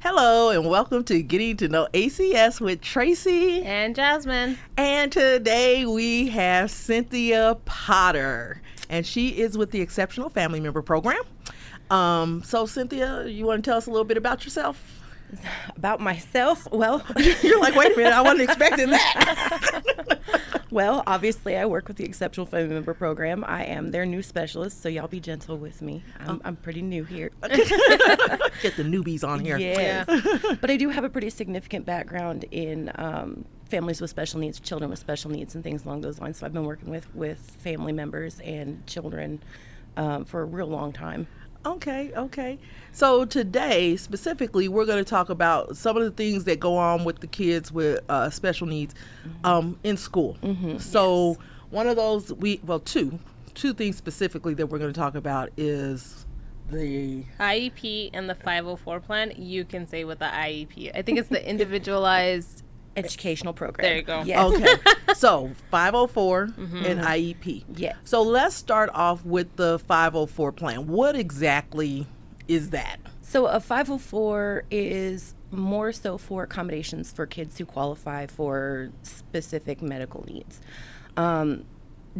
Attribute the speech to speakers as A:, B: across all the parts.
A: Hello and welcome to Getting to Know ACS with Tracy.
B: And Jasmine.
A: And today we have Cynthia Potter, and she is with the Exceptional Family Member Program. Um, so, Cynthia, you want to tell us a little bit about yourself?
C: About myself, well,
A: You're like, wait a minute, I wasn't expecting that.
C: well, obviously, I work with the Exceptional Family Member Program. I am their new specialist, so y'all be gentle with me. I'm,
B: Oh.
C: I'm pretty new here.
A: Get the newbies on here.
C: Yes. but I do have a pretty significant background in um, families with special needs, children with special needs, and things along those lines. So I've been working with, with family members and children um, for a real long time.
A: Okay, okay. So today, specifically, we're going to talk about some of the things that go on with the kids with uh, special needs um, in school. So one of those, we well, two, two things specifically that we're going to talk about is the
B: IEP E and the 504 plan. You can say with the IEP. I think it's the individualized.
C: Educational program.
B: There you go.
C: Yes.
A: okay. so 504 and IEP.
C: Yes.
A: So let's start off with the 504 plan. What exactly is that?
C: So a 504 is more so for accommodations for kids who qualify for specific medical needs. Um,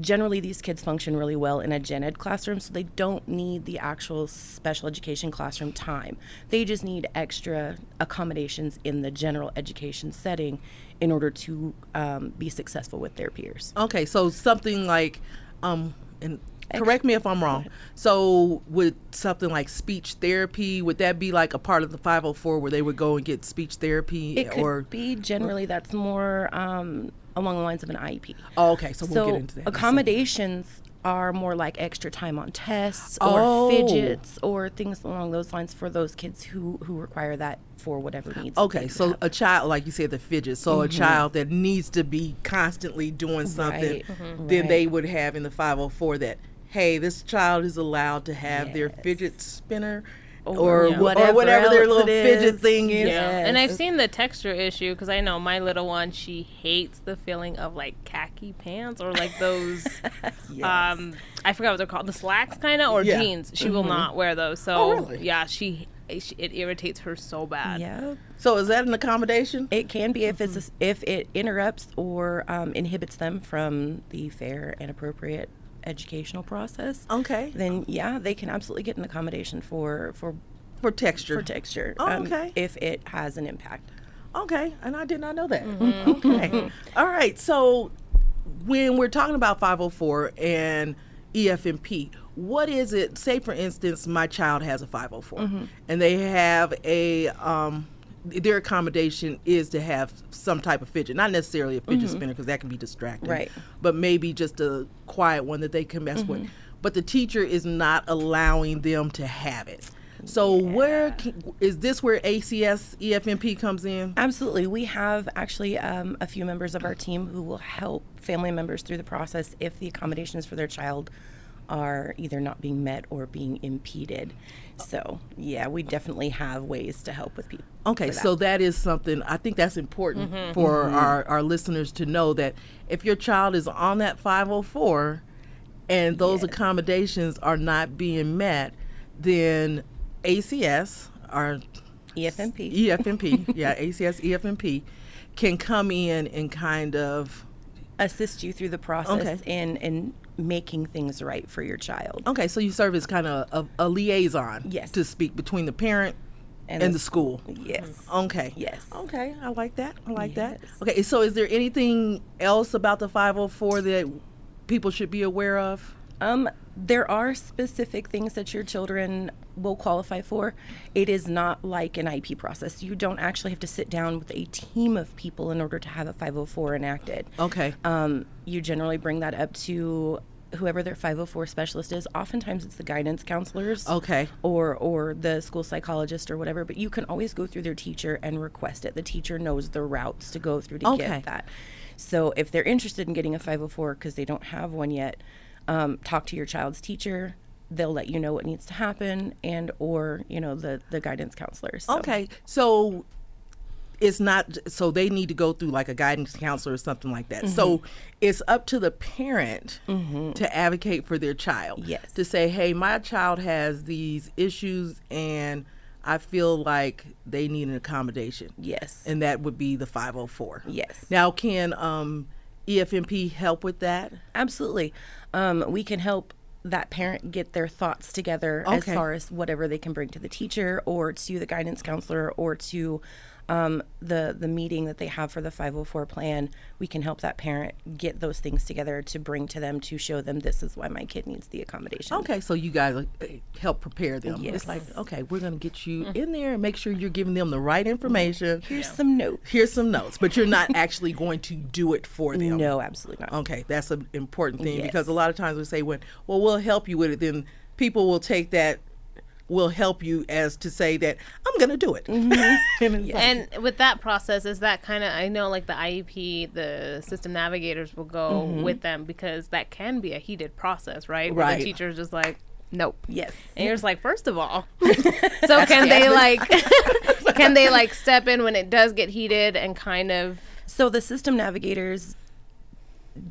C: generally, these kids function really well in a gen ed classroom, so they don't need the actual special education classroom time. They just need extra accommodations in the general education setting in order to um, be successful with their peers.
A: Okay, so something like, um, and correct me if I'm wrong. So would something like speech therapy would that be like a part of the 504 where they would go and get speech therapy
C: It could
A: or?
C: be generally that's more um, along the lines of an IEP.
A: Oh, okay, so we'll
C: so
A: get into that. in a second.
C: accommodations are more like extra time on tests or
A: Oh.
C: fidgets or things along those lines for those kids who who require that for whatever needs. that
A: Okay,
C: they
A: so
C: have.
A: a child, like you said, the fidget. So a child that needs to be constantly doing something,
C: Mm-hmm. Right, mhm.
A: then
C: Right.
A: they would have in the 504 that, hey, this child is allowed to have their
C: Yes.
A: fidget spinner or,
C: Or
A: wh- or whatever,
C: whatever
A: their
C: else
A: little
C: it
A: fidget
C: is.
A: thing is.
C: Yeah.
B: And I've
C: Yes.
B: seen the texture issue because I know my little one, she hates the feeling of like khaki pants or like those, um, I forgot what they're called, the slacks kind of, or
A: Yeah. Mm-hmm.
B: jeans. She will not wear those. So,
A: Oh, really?
B: yeah, she, she, it irritates her so bad.
C: yeah,
A: So is that an accommodation?
C: it can be if it's a s if it interrupts or um, inhibits them from the fair and appropriate educational process.
A: Okay.
C: Then yeah, they can absolutely get an accommodation for for
A: for texture.
C: for texture.
A: Oh, okay.
C: If it has an impact.
A: Okay, and I did not know that. Okay. All right, so when we're talking about 504 and E EFMP, what is it? Say, for instance, my child has a 504 and they have a, um, their accommodation is to have some type of fidget, not necessarily a fidget spinner because that can be distracting,
C: Right.
A: but maybe just a quiet one that they can mess with. But the teacher is not allowing them to have it. So where can, is this where ACS EFMP comes in?
C: Absolutely. We have actually um, a few members of our team who will help family members through the process if the accommodations for their child are either not being met or being impeded. So, yeah, we definitely have ways to help with people.
A: Okay, so that Mm-hmm. is something I think that's important for Our, our listeners to know that if your child is on that 504 and those accommodations are not being met, then ACS or
C: E EFMP.
A: E EFMP, yeah, ACS EFMP can come in and kind of
C: assist you through the process
A: Okay. Oh,
C: in in making things right for your child.
A: okay, so you serve as kind of a, a liaison,
C: Yes.
A: to speak between the parent and,
C: And
A: the
C: the
A: school.
C: Yes.
A: Okay.
C: Yes.
A: Okay, I like that. I like that.
C: Yes.
A: Okay, so is there anything else about the 504 that people should be aware of?
C: Um, there are specific things that your children will qualify for. It is not like an IP process. You don't actually have to sit down with a team of people in order to have a 504 enacted.
A: Okay.
C: Um, you generally bring that up to whoever their 504 specialist is. Oftentimes it's the guidance counselors.
A: Okay.
C: Or, or the school psychologist or whatever, but you can always go through their teacher and request it. The teacher knows the routes to go through to
A: Okay.
C: get that. So if they're interested in getting a 504 because they don't have one yet, um, talk to your child's teacher. They'll let you know what needs to happen, and or you know the the guidance counselor. So
A: Okay. So it's not so they need to go through like a guidance counselor or something like that.
C: Mm-hmm.
A: So it's up to the parent to advocate for their child.
C: Yes.
A: To say, "Hey, my child has these issues and I feel like they need an accommodation.
C: Yes.
A: And that would be the 504.
C: Yes.
A: Now, can um, EFMP help with that?
C: Absolutely. Um, we can help that parent get their thoughts together as
A: Okay.
C: far as whatever they can bring to the teacher or to the guidance counselor or to um, the the meeting that they have for the 504 plan. We can help that parent get those things together to bring to them to show them this is why my kid needs the accommodation.
A: Okay, so you guys uh, help prepare them. It's
C: Yes.
A: like, okay, we're going to get you in there and make sure you're giving them the right information.
C: Here's some notes.
A: Mm-hmm. Here's some notes, but you're not actually going to do it for them.
C: No, absolutely not.
A: Okay, that's an important thing
C: Yes.
A: because a lot of times we say, "When well, we'll help you with it," then people will take that. Will help you as to say that I'm going to do it. And it's like,
B: And with that process, is that kind of I know like the IEP, the system navigators will go
C: Mm-hmm.
B: with them because that can be a heated process, right? Where
A: Right.
B: the teacher's just like, nope.
C: Yes.
B: And you're just like, first of all, so can they like, can they like step in when it does get heated and kind of
C: So the system navigators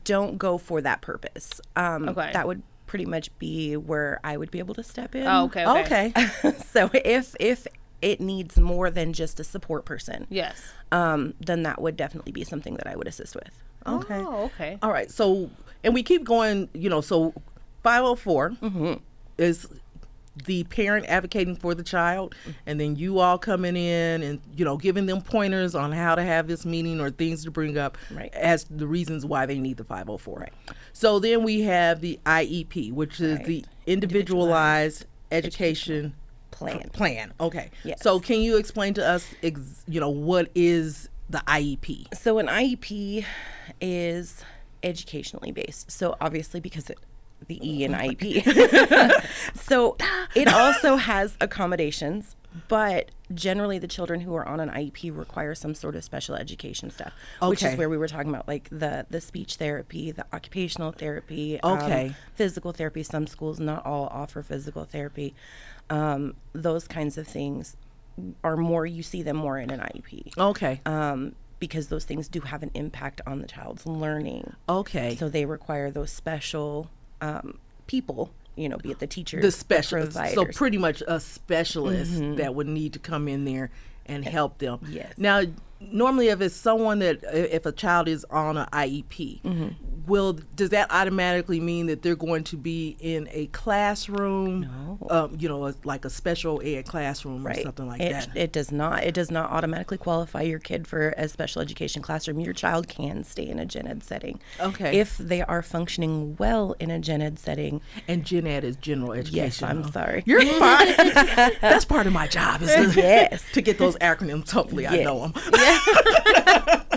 C: don't go for that purpose. Um,
B: Okay.
C: That would pretty much be where I would be able to step in.
B: oh, okay, okay,
A: okay.
C: so if if it needs more than just a support person,
B: yes,
C: um, then that would definitely be something that I would assist with.
A: okay,
B: oh, okay,
A: all right. So, and we keep going. You know, so 504
C: Mm-hmm.
A: is the parent advocating for the child, and then you all coming in and you know giving them pointers on how to have this meeting or things to bring up
C: Right.
A: as the reasons why they need the 504. So then we have the IEP, which is the
C: Right.
A: individualized education
C: Plan.
A: plan. Okay.
C: Yes.
A: So can you explain to us ex- you know what is the E IEP?
C: So an IEP is educationally based. So obviously because it the E in IEP. so it also has accommodations, but generally the children who are on an IEP require some sort of special education stuff, which
A: Okay.
C: is where we were talking about like the the speech therapy, the occupational therapy, um,
A: Okay.
C: physical therapy. Some schools, not all, offer physical therapy. Um, those kinds of things are more you see them more in an E IEP
A: Okay.
C: um, because those things do have an impact on the child's learning.
A: okay.
C: So they require those special um, people, you know, be it the teachers,
A: the specialist. So
C: providers. Mm-hmm.
A: pretty much a specialist that would need to come in there and help them.
C: Yes.
A: Now, normally, if it's someone that i- if a child is on an IEP,
C: Mm-hmm.
A: will does that automatically mean that they're going to be in a classroom? Um, you know, a, like a special ed classroom or
C: Right.
A: something like
C: it,
A: that.
C: It does not. It does not automatically qualify your kid for a special education classroom. Your child can stay in a gen ed setting.
A: Okay.
C: If they are functioning well in a gen ed setting,
A: and gen ed is general education.
C: yes, I'm sorry.
A: You're fine. That's part of my job is to,
C: Yes.
A: to get those acronyms. Hopefully, I
C: Yes.
A: know them.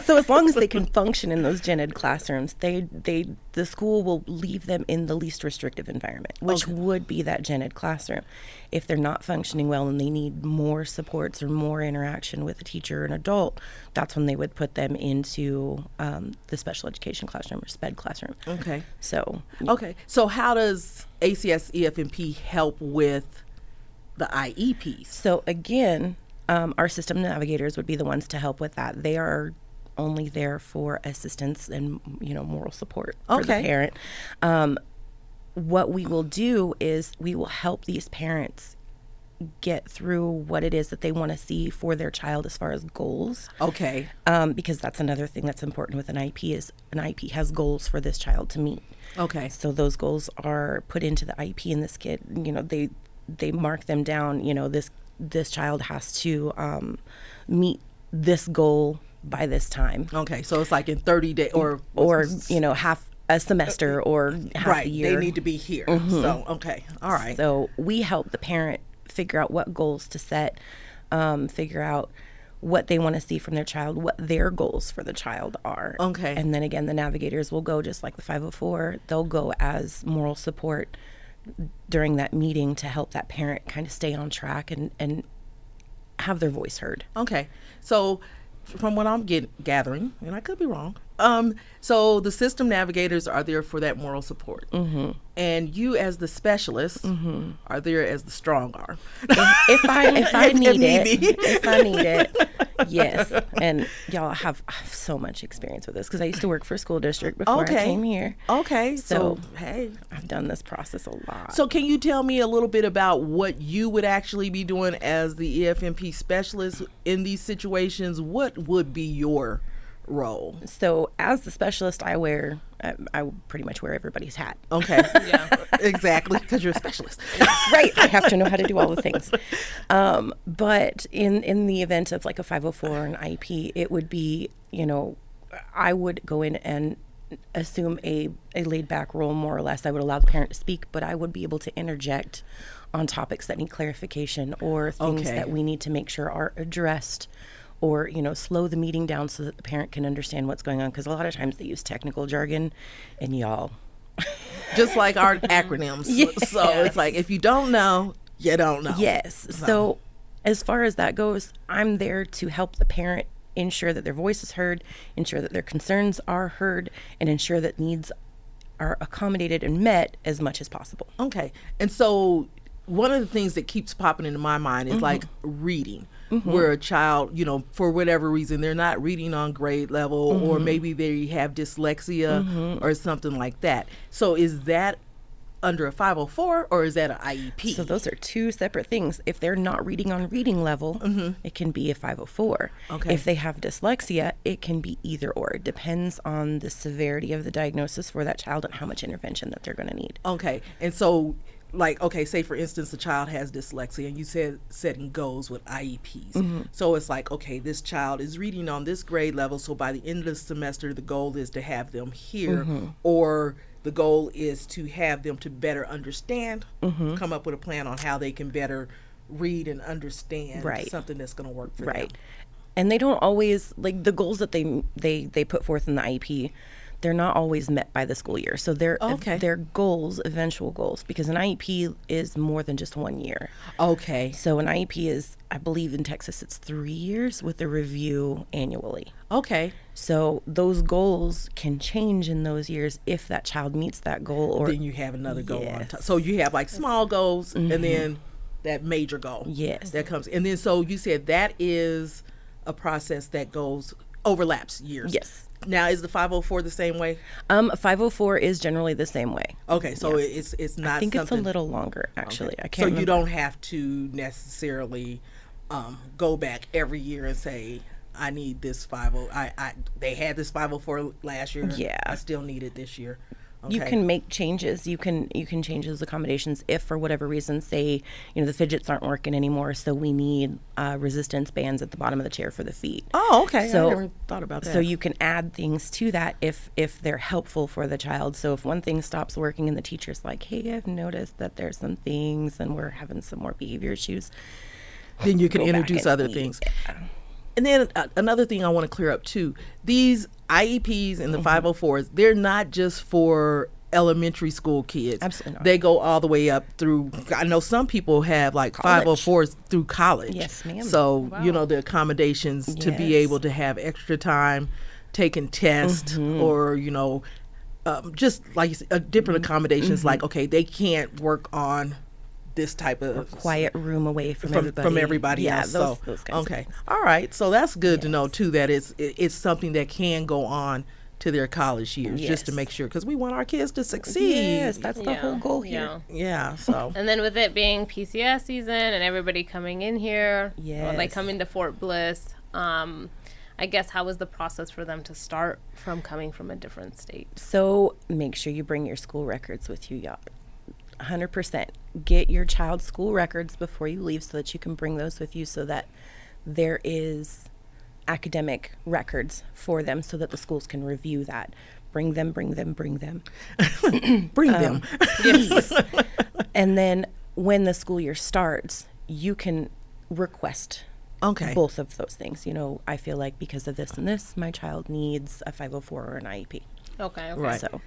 C: so as long as they can function in those gen ed classrooms, they they the school will leave them in the least restrictive environment, which would be that gen ed classroom. If they're not functioning well and they need more supports or more interaction with a teacher or an adult, that's when they would put them into um, the special education classroom or SPED classroom.
A: Okay.
C: So
A: Okay. So, how does ACS EFMP help with the E IEPs?
C: So again, um, our system navigators would be the ones to help with that. They are only there for assistance and you know moral support for the
A: Okay.
C: parent. Um, what we will do is we will help these parents get through what it is that they want to see for their child as far as goals
A: Okay.
C: um, because that's another thing that's important with an ip is an ip has goals for this child to meet
A: Okay.
C: so those goals are put into the IP in this kid. You know, they they mark them down. You know, this this child has to um, meet this goal by this time,
A: Okay. So it's like in thirty day or
C: or you know, half a semester or half
A: right.
C: a year. Mm-hmm.
A: They need to be here. So okay. All right.
C: So we help the parent figure out what goals to set, um, figure out what they want to see from their child, what their goals for the child are.
A: Okay.
C: And then again, the navigators will go just like the 504, they'll go as moral support during that meeting to help that parent kind of stay on track and, and have their voice heard.
A: okay. So, from what I'm get, gathering, and I could be wrong, Um, so the system navigators are there for that moral support,
C: Mm-hmm.
A: and you, as the specialist, are there as the strong arm.
C: if I if I
A: If- if
C: need
A: needy.
C: it, if I need it, yes. And y'all I have, I have so much experience with this because I used to work for a school district before I
A: Okay.
C: came here.
A: okay, so,
C: So-
A: hey,
C: I've done this process a lot.
A: so can you tell me a little bit about what you would actually be doing as the E EFMP specialist in these situations? What would be your role?
C: so as the specialist, I wear I, I pretty much wear everybody's hat.
A: Okay, yeah, exactly, because you're a specialist.
C: right. I have to know how to do all the things. Um, but in in the event of like a 504 or an IEP, it would be you know, I would go in and assume a a laid back role more or less. I would allow the parent to speak, but I would be able to interject on topics that need clarification or things
A: Okay.
C: that we need to make sure are addressed or you know slow the meeting down so that the parent can understand what's going on because a lot of times they use technical jargon and y'all
A: Just like our acronyms. So it's like if you don't know, you don't know.
C: Yes. So, as far as that goes, I'm there to help the parent ensure that their voice is heard, ensure that their concerns are heard, and ensure that needs are accommodated and met as much as possible.
A: Okay. And so one of the things that keeps popping into my mind is like reading, where a child, you know, for whatever reason, they're not reading on grade level, or maybe they have dyslexia or something like that. So is that under a 504 or is that E an IEP?
C: So those are two separate things. If they're not reading on reading level, it can be a 504.
A: Okay.
C: If they have dyslexia, it can be either or. It depends on the severity of the diagnosis for that child and how much intervention that they're going to need.
A: Okay, and so like okay, say for instance, a child has dyslexia, and you said setting goals with IEPs. So it's like okay, this child is reading on this grade level, so by the end of the semester, the goal is to have them here, or the goal is to have them to better understand, come up with a plan on how they can better read and understand
C: Right.
A: something that's going to work for
C: right
A: them.
C: and they don't always like the goals that they they they put forth in the iep they're not always met by the school year so their
A: Oh, Okay.
C: their goals eventual goals because an iep is more than just one year
A: Okay.
C: so an iep is i believe in texas it's three years with a review annually
A: Okay.
C: so those goals can change in those years if that child meets that goal or
A: Then you have another goal on top. So you have like small goals and then that major goal.
C: Mm-hmm. Yes.
A: That comes. And then so you said that is a process that goes overlaps years.
C: Yes.
A: Now is the 504 the same way?
C: um 504 is generally the same way
A: Okay, so it's it's not
C: i think
A: something
C: it's a little longer actually i can't
A: So you
C: remember.
A: don't have to necessarily um, go back every year and say I need this 50 I, I they had this 504 last year.
C: Yeah.
A: I still need it this year. Okay.
C: you can make changes you can you can change those accommodations if for whatever reason say you know the fidgets aren't working anymore so we need uh, resistance bands at the bottom of the chair for the feet
A: Oh, okay.
C: So-
A: I never thought about that.
C: so you can add things to that if if they're helpful for the child so if one thing stops working and the teacher's like hey i've noticed that there's some things and we're having some more behavior issues
A: then you can
C: back
A: introduce
C: and
A: other
C: eat.
A: things. And then uh, another thing I want to clear up too these IEPs and the
C: Mm-hmm.
A: 504s, they're not just for elementary school kids.
C: Absolutely not.
A: They go all the way up through, I know some people have like 504s through college.
C: Yes, ma'am.
A: So, you know, the accommodations to be
C: Yes.
A: able to have extra time taking tests
C: Mm-hmm.
A: or, you know, um, just like you said, uh, different
C: Mm-hmm.
A: accommodations, like, okay, they can't work on this type of
C: quiet room away from,
A: from
C: everybody
A: from everybody
C: yeah
A: else.
C: those,
A: so
C: those kinds of
A: okay,
C: things.
A: all right. So that's good to know too. That it's it- it's something that can go on to their college years, just to
C: Yes.
A: make sure because we want our kids to succeed.
C: yes that's the whole goal here
B: yeah.
A: Yeah. So
B: And then with it being PCS season and everybody coming in here, or like
C: Yes.
B: coming to Fort Bliss, um, I guess how was the process for them to start from coming from a different state?
C: So make sure you bring your school records with you, y'all. 100%. Get your child's school records before you leave so that you can bring those with you so that there is academic records for them so that the schools can review that. Bring them, bring them, bring them.
A: bring
C: Um,
A: them.
C: Please. and then when the school year starts, you can request
A: Okay.
C: both of those things. You know, I feel like because of this and this, my child needs a 504 or an E IEP.
B: Okay. okay.
A: Right.
C: So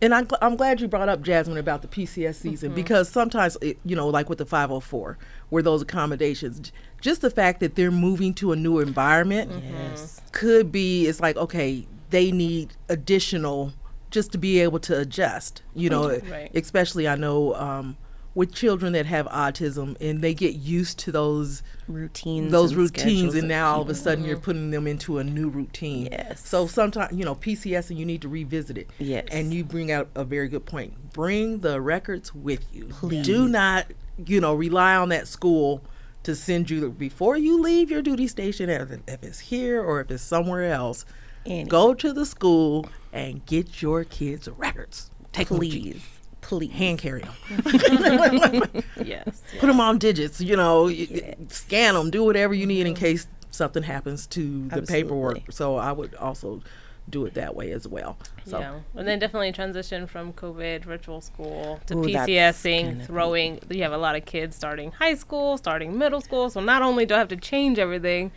A: And I'm, gl- I'm glad you brought up Jasmine about the PCS season because sometimes, it, you know, like with the 504, where those accommodations, j- just the fact that they're moving to a new environment
C: Yes.
A: could be, it's like, okay, they need additional just to be able to adjust. You know,
B: Right.
A: especially I know um, with children that have autism and they get used to those
C: routines.
A: those
C: and
A: routines
C: schedules
A: and now all of a sudden you're putting them into a new routine
C: Yes.
A: so sometimes you know pcs and you need to revisit it
C: Yes.
A: and you bring out a very good point bring the records with you Please. do not you know rely on that school to send you before you leave your duty station if if it's here or if it's somewhere else
C: Any.
A: go to the school and get your kids records take them with you.
C: please, please.
A: hand carry them
B: yes.
A: put them on digits you know y- y- scan them do whatever you need in case something happens to the paperwork
C: Mm-hmm. Absolutely.
A: so i would also do it that way as well so
B: Yeah, and then definitely transition from COVID virtual school to
C: Ooh, that's
B: PCSing,
C: kinda
B: throwing. You have a lot of kids starting high school, starting middle school, so not only do I have to change everything,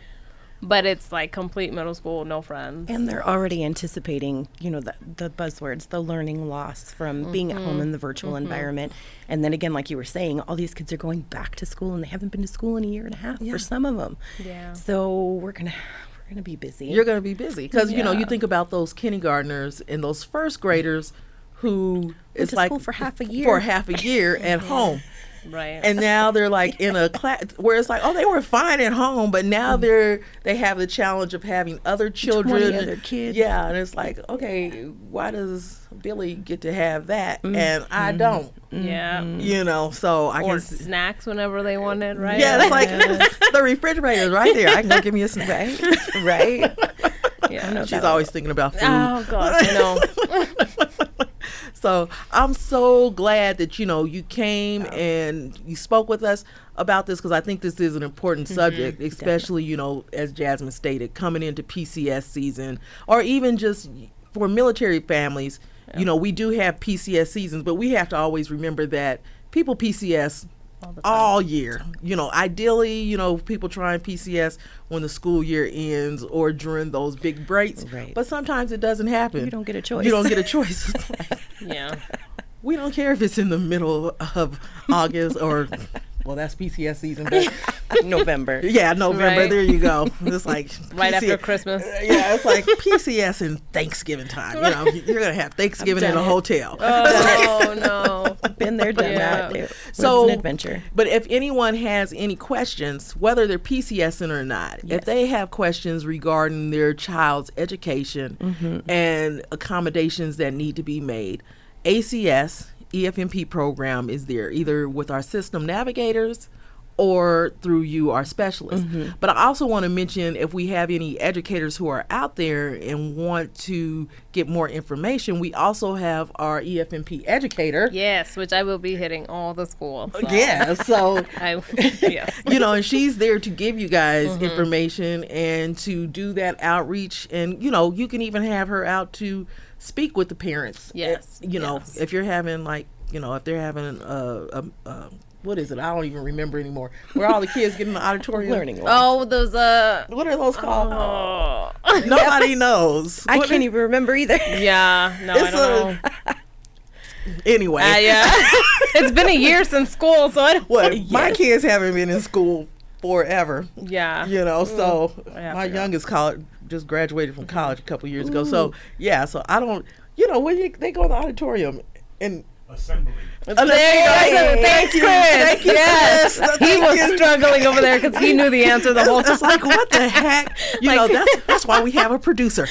B: but it's like complete middle school, no friends.
C: And they're already anticipating, you know, the, the buzzwords, the learning loss from being at
B: Mm-hmm.
C: home in the virtual environment. And then again, like you were saying, all these kids are going back to school and they haven't been to school in a year and a half for some of them.
B: Yeah.
C: So we're gonna we're gonna be busy.
A: you're going to be busy because you know you
B: Yeah.
A: think about those kindergartners and those first graders who it's
C: to
A: like
C: school for half a
A: for
C: year.
A: half a year at home
B: Right.
A: and now they're like in a class where it's like oh they were fine at home but
B: Mm.
A: now they're they have the challenge of having other children
C: other kids.
A: yeah and it's like okay why does billy get to have that and i don't
B: yeah.
A: you know so mm, i
B: Mm. Mm-hmm.
A: can
B: Or
A: s-
B: snacks whenever they wanted. Right.
A: yeah that's like the refrigerator is right there i can go give me a snack
C: right? right?
B: Yeah.
A: she's always thinking about food
B: Oh gosh, I know.
A: so I'm so glad that you know you came and you spoke with us about this because I think this is an important subject, especially you know as Jasmine stated, coming into PCS season or even just for military families. You know we do have PCS seasons, but we have to always remember that people PCS. All, year, you know. Ideally, you know, people trying PCS when the school year ends or during those big breaks.
C: Right.
A: But sometimes it doesn't happen.
C: You don't get a choice.
A: You don't get a choice.
B: Yeah.
A: we don't care if it's in the middle of August or, well, that's PCS season, but
C: November.
A: yeah, November.
B: Right.
A: There you go. It's like
B: Right after
A: PCS
B: Christmas.
A: Yeah, it's like PCS and Thanksgiving time. You know, you're gonna have Thanksgiving in a
C: done it.
A: hotel.
B: Oh no.
C: Been there, done
B: Yeah.
C: that. It was
A: So-
C: an adventure.
A: But if anyone has any questions, whether they're PCSing or not, if they have questions regarding their child's education and accommodations that need to be made, ACS EFMP program is there either with our system navigators or through you, our specialist. But I also want to mention if we have any educators who are out there and want to get more information, we also have our E EFMP educator.
B: Yes, which I will be hitting all the school. so
A: Oh, Yeah, so
B: I, yes.
A: you know, and she's there to give you guys
B: Mm-hmm.
A: information and to do that outreach. And, you know, you can even have her out to speak with the parents. Eh,
B: Yes,
A: You know,
B: yes.
A: if you're having, like, you know, if they're having a, a, a what is it? I don't even remember anymore. Where all the kids get in the auditorium.
C: Learning loss.
B: Oh, those uh.
A: What are those called?
B: Oh.
A: Nobody knows.
C: I
A: What
C: can't even remember either.
B: Yeah. No, I
A: It's
B: don't
A: a-
B: know.
A: is- Anyway.
B: Uh, yeah. it's been a year since school, so I don't.
A: what? My kids haven't been in school forever.
B: Yeah.
A: you know so
B: yeah, I
A: my
B: forgot.
A: youngest college just graduated from college a couple years ago so yeah so i don't you know when you, they go in the auditorium and
D: assembly.
B: Oh, There you go.
A: Hey,
B: Thanks, Chris.
A: thank you,
B: yes.
A: Chris.
B: He was struggling over there because he knew the answer the whole time.
A: it's like what the heck you know
B: Like-
A: that's, that's why we have a producer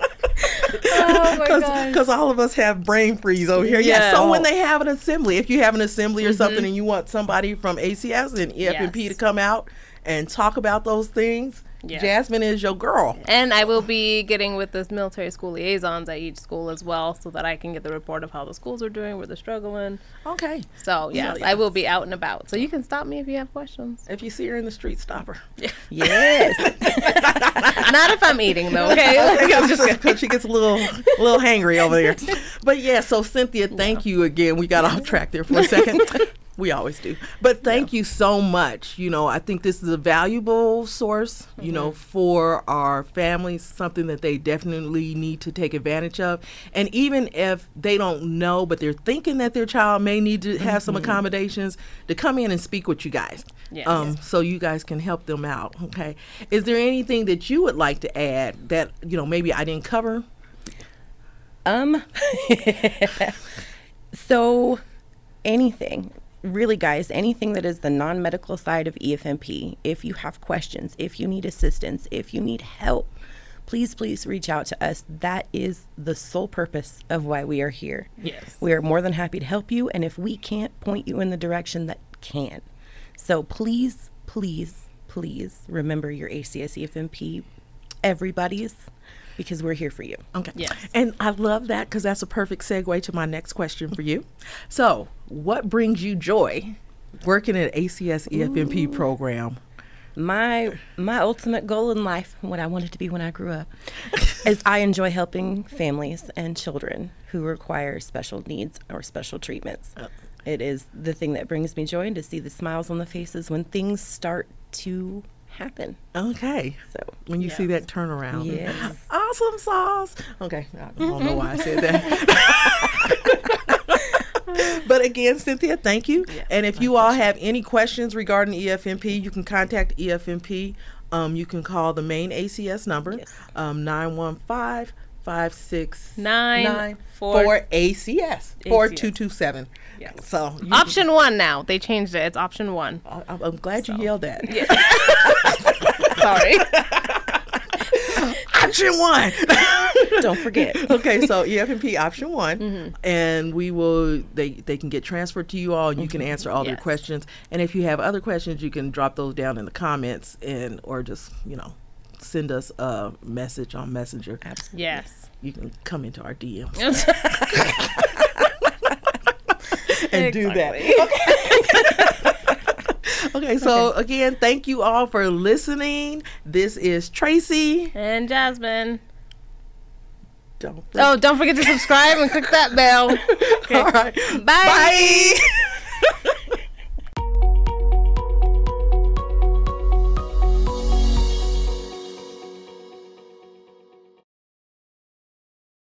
B: Oh my
A: because all of us have brain freeze over here yeah,
B: Yeah. Mm-hmm.
A: so when they have an assembly if you have an assembly or something and you want somebody from acs and E efmp
B: Yes.
A: to come out and talk about those things
B: Yes.
A: jasmine is your girl
B: And I will be getting with the military school liaisons at each school as well, so that I can get the report of how the schools are doing, where they're struggling.
A: okay
B: So yes,
A: yeah.
B: I will be out and about. So you can stop me if you have questions.
A: if you see her in the street stop her
C: Yes.
B: Not if I'm eating though. Okay. Like, I'm just gonna-
A: because she gets a little little hangry over there. But yeah, so Cynthia, thank you again. We got off track there for a second. We always do. But thank you so much. You know, I think this is a valuable source, you know,
B: Mm-hmm.
A: for our families, something that they definitely need to take advantage of. And even if they don't know, but they're thinking that their child may need to have
B: Mm-hmm.
A: some accommodations, to come in and speak with you guys.
B: Yes.
A: Um, so you guys can help them out. Okay. Is there anything that you would like to add that, you know, maybe I didn't cover?
C: Um. so, anything really, guys, anything that is the non medical side of E EFMP, if you have questions, if you need assistance, if you need help, please, please reach out to us. That is the sole purpose of why we are here.
B: Yes.
C: We are more than happy to help you. And if we can't point you in the direction that can. So, please, please, please remember your ACS EFMP, everybody's, because we're here for you.
A: Okay.
B: Yes.
A: And I love that because that's a perfect segue to my next question for you. So, what brings you joy working at ACS EFMP program?
C: my my ultimate goal in life, what I wanted to be when I grew up, is I enjoy helping families and children who require special needs or special treatments. It is the thing that brings me joy and to see the smiles on the faces when things start to happen.
A: Okay.
C: So
A: When you see that turnaround.
C: Yes.
A: Awesome sauce. Okay. I don't know why I said that. But again, Cynthia, thank you. and if you all have any questions regarding E EFMP, you can contact E EFMP. Um, you can call the main ACS number,
C: Yes.
A: um, 915
B: Nine, four-
A: four ACS 4227.
B: Yes.
A: So you,
B: Option one now. They changed it. It's option one.
A: I, I'm- I'm glad you yelled that.
B: Sorry.
A: Option one.
C: don't forget.
A: okay, so E EFMP option one,
B: Mm-hmm.
A: and we will they they can get transferred to you all, and you can answer all their
B: Mm-hmm. Yes.
A: questions. And if you have other questions, you can drop those down in the comments, and or just you know send us a message on Messenger.
C: Absolutely.
B: yes.
A: You can come into our DM
B: and
A: and do that. Okay, so again, thank you all for listening. This is Tracy.
B: And Jasmine.
A: Don't
B: Oh, don't forget to subscribe and click that bell.
A: All right.
B: Bye.
A: Bye.